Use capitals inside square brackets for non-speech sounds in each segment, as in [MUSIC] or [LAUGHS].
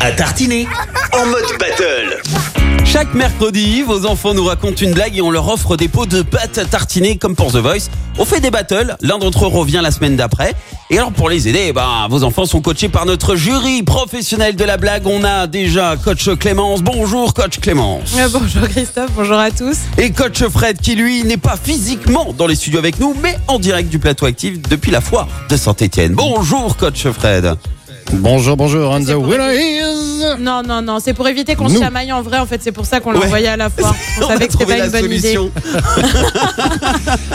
à tartiner en mode battle. Chaque mercredi, vos enfants nous racontent une blague et on leur offre des pots de pâte à tartiner comme pour The Voice. On fait des battles, l'un d'entre eux revient la semaine d'après. Et alors pour les aider, eh ben, vos enfants sont coachés par notre jury professionnel de la blague. On a déjà coach Clémence. Bonjour coach Clémence. Euh, Bonjour Christophe, bonjour à tous. Et coach Fred qui lui n'est pas physiquement dans les studios avec nous, mais en direct du plateau actif depuis la foire de Saint-Étienne. Bonjour coach Fred. Bonjour, bonjour, and the pour winner is... Non, non, non, c'est pour éviter qu'on se Nous. chamaille en vrai, en fait, c'est pour ça qu'on Ouais. l'a envoyé à la foire. On, savait que c'était pas une bonne idée.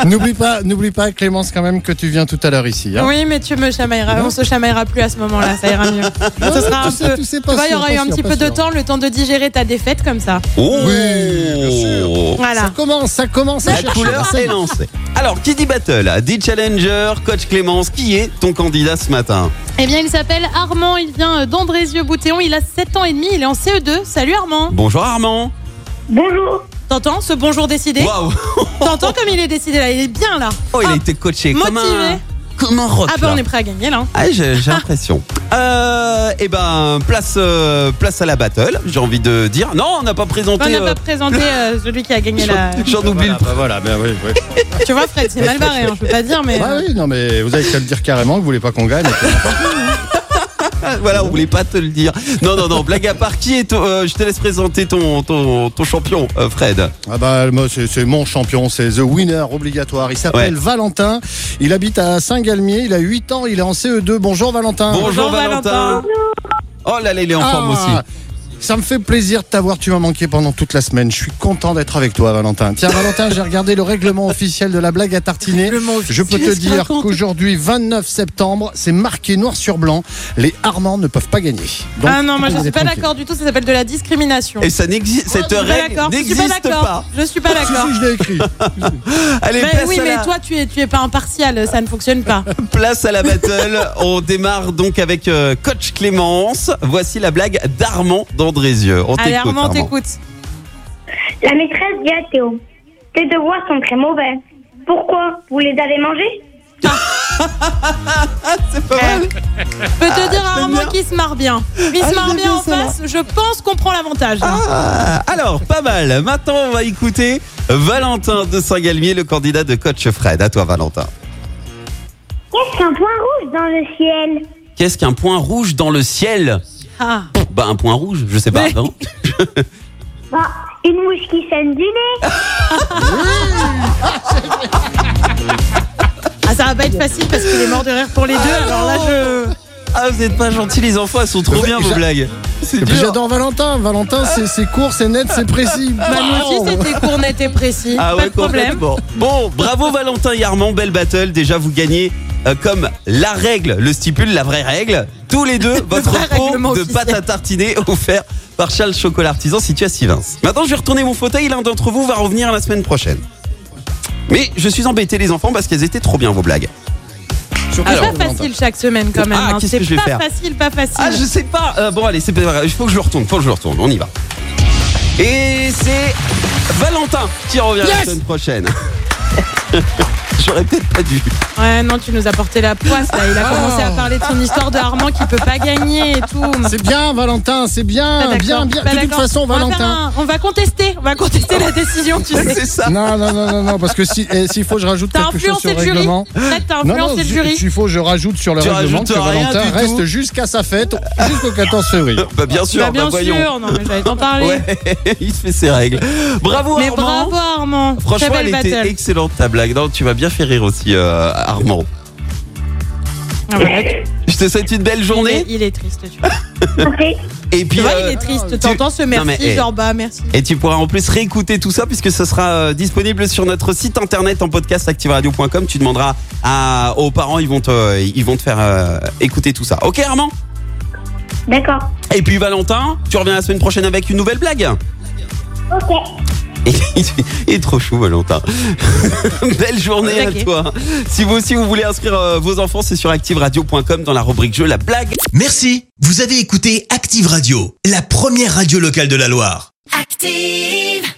N'oublie pas, n'oublie pas, Clémence, quand même, que tu viens tout à l'heure ici. hein. Oui, mais tu me chamailleras, on se chamaillera plus à ce moment-là, ça ira mieux. Ce sera un tout ça, peu. tout ça, Tu pas vois, il y sûr, aura pas eu un sûr, petit pas peu de sûr. temps, le temps de digérer ta défaite comme ça. Oh. Oui, bien sûr. Ça Voilà. commence, ça commence à La chercher. couleur est lancée. Alors, qui dit battle dit challenger, coach Clémence, qui est ton candidat ce matin Eh bien, il s'appelle Armand, il vient euh, d'Andrézieux-Boutéon, il a 7 ans et demi, il est en CE2. Salut Armand. Bonjour Armand. T'entends ce bonjour décidé Waouh T'entends comme il est décidé là, il est bien là. Oh, il a Ah, été coaché comme un, motivé. comme un rock. Ah bah là. on est prêt à gagner là. Ah, j'ai j'ai l'impression. Euh, eh ben, place, euh, place à la battle, j'ai envie de dire. Non, on n'a pas présenté. On n'a euh, pas présenté euh, celui qui a [LAUGHS] gagné la. J'en j'en oublie Voilà, bah voilà, le bah oui, oui. Tu vois, Fred, c'est mal barré, hein, je peux pas dire, mais. Bah oui, non, mais vous avez qu'à le dire carrément que vous voulez pas qu'on gagne. Ah, Voilà, on voulait pas te le dire. Non, non, non, blague à part, qui est ton- euh, Je te laisse présenter ton, ton, ton champion, euh, Fred. Ah bah, moi, c'est c'est mon champion, c'est The Winner obligatoire. Il s'appelle Ouais. Valentin, il habite à Saint-Galmier, il a 8 ans, il est en CE2. Bonjour Valentin. Bonjour, Valentin. Valentin. Oh là là, il est en Ah, forme aussi. Ça me fait plaisir de t'avoir, tu m'as manqué pendant toute la semaine. Je suis content d'être avec toi, Valentin. Tiens, Valentin, j'ai regardé le règlement officiel de la blague à tartiner. Je peux te Qu'est-ce qu'il dire raconte qu'aujourd'hui, 29 septembre, c'est marqué noir sur blanc. Les Armands ne peuvent pas gagner. Donc, Ah non, moi je vous suis êtes pas tranquille. d'accord du tout, ça s'appelle de la discrimination. Et ça n'existe, cette Oh, Je suis pas règle d'accord, je suis pas n'existe d'accord, pas. Je suis pas d'accord. Si, si, je l'ai [LAUGHS] écrit. Allez, Mais place, oui, à mais la, toi, tu es, tu es pas impartial, ça ne fonctionne pas. place à la battle. [LAUGHS] On démarre donc avec euh, Coach Clémence. Voici la blague d'Armand d'Andrézieux. On Allez, t'écoute, Armand, Armand. t'écoutes. La maîtresse dit à Théo Tes devoirs sont très mauvais. Pourquoi Vous les avez mangés C'est pas mal. Je peux te dire à Ah, j'aime Armand bien. qui se marre bien. Il Ah, se marre j'aime bien bien en celle-là. face, je pense qu'on prend l'avantage. là. Ah, alors, pas mal. Maintenant, on va écouter Valentin de Saint-Galmier, le candidat de Coach Fred. À toi, Valentin. Qu'est-ce qu'un point rouge dans le ciel Qu'est-ce qu'un point rouge dans le ciel Ah. Bah, un point rouge, je sais pas. Mais- non Bah, une mouche qui saigne du [LAUGHS] nez. Ah, ça va pas être facile parce qu'il est mort de rire pour les deux, [LAUGHS] alors là, je. ah, vous êtes pas gentils, les enfants. Elles sont trop Mais bien, vos j'a- blagues. C'est Et puis, dur. J'adore Valentin. Valentin, c'est- c'est court, c'est net, c'est précis. Bah, nous Wow. aussi, c'était court, net et précis. Ah pas ouais, de problème. complètement. Bon, bravo Valentin et Armand, belle battle. Déjà, vous gagnez euh, comme la règle le stipule, la vraie règle. Tous les [LAUGHS] deux, votre vrai règlement pot de officiel. pâte à tartiner [LAUGHS] offert par Charles Chocolat Artisan situé à Sivins. Maintenant, je vais retourner mon fauteuil. L'un d'entre vous va revenir la semaine prochaine. Mais je suis embêté, les enfants, parce qu'elles étaient trop bien, vos blagues. Surtout C'est sur pas Valentin. facile chaque semaine quand même. Ah, hein. qu'est-ce C'est que je vais pas faire facile, pas facile. Ah, je sais pas. Euh, bon, allez, c'est pas grave. Il faut que je le retourne. Faut que je le retourne. On y va. Et c'est Valentin qui revient la Yes semaine prochaine. [LAUGHS] J'aurais peut-être pas dû. Ouais, non, tu nous as porté la poisse là. Il a Oh. commencé à parler de son histoire de Armand qui peut pas gagner et tout. C'est bien, Valentin, c'est Pas bien, d'accord, bien, bien. pas De toute d'accord. façon, on va faire Valentin. Ah. un- on va contester, on va contester la décision, tu [LAUGHS] sais. C'est ça. Non, non, non, non, non, parce que si- eh, s'il faut que je rajoute T'as quelque chose influencé sur le jury. règlement. Fred, t'as Non, non, influencé le si- jury. s'il faut, je rajoute sur le Tu règlement que rajoutes rien Valentin du tout. reste jusqu'à sa fête, jusqu'au 14 février. Bah, bien sûr, bah, bien bah, voyons. sûr, non, mais j'allais t'en parler. Ouais, [LAUGHS] il se fait ses règles. Bravo Mais Armand. bravo Armand. Franchement, Très elle belle était battle. excellente ta blague. Non, tu vas bien faire rire aussi euh, Armand. Ah ouais, Je te souhaite une belle il, est, journée il est triste, tu vois. Ok. et puis Tu vois, il euh, est triste. T'entends ce merci, mais, eh. genre bah merci. et tu pourras en plus réécouter tout ça puisque ce sera euh, disponible sur notre site internet en podcast activeradio.com. Tu demanderas à, aux parents, ils vont te ils vont te faire euh, écouter tout ça. OK Armand D'accord. Et puis Valentin, tu reviens la semaine prochaine avec une nouvelle blague. Ok. Et- [LAUGHS] Il est trop chou, Valentin. [LAUGHS] Belle journée à Taquet. toi. Si vous aussi vous voulez inscrire euh, vos enfants, c'est sur activeradio.com dans la rubrique jeu, la blague. Merci, vous avez écouté Active Radio, la première radio locale de la Loire. active.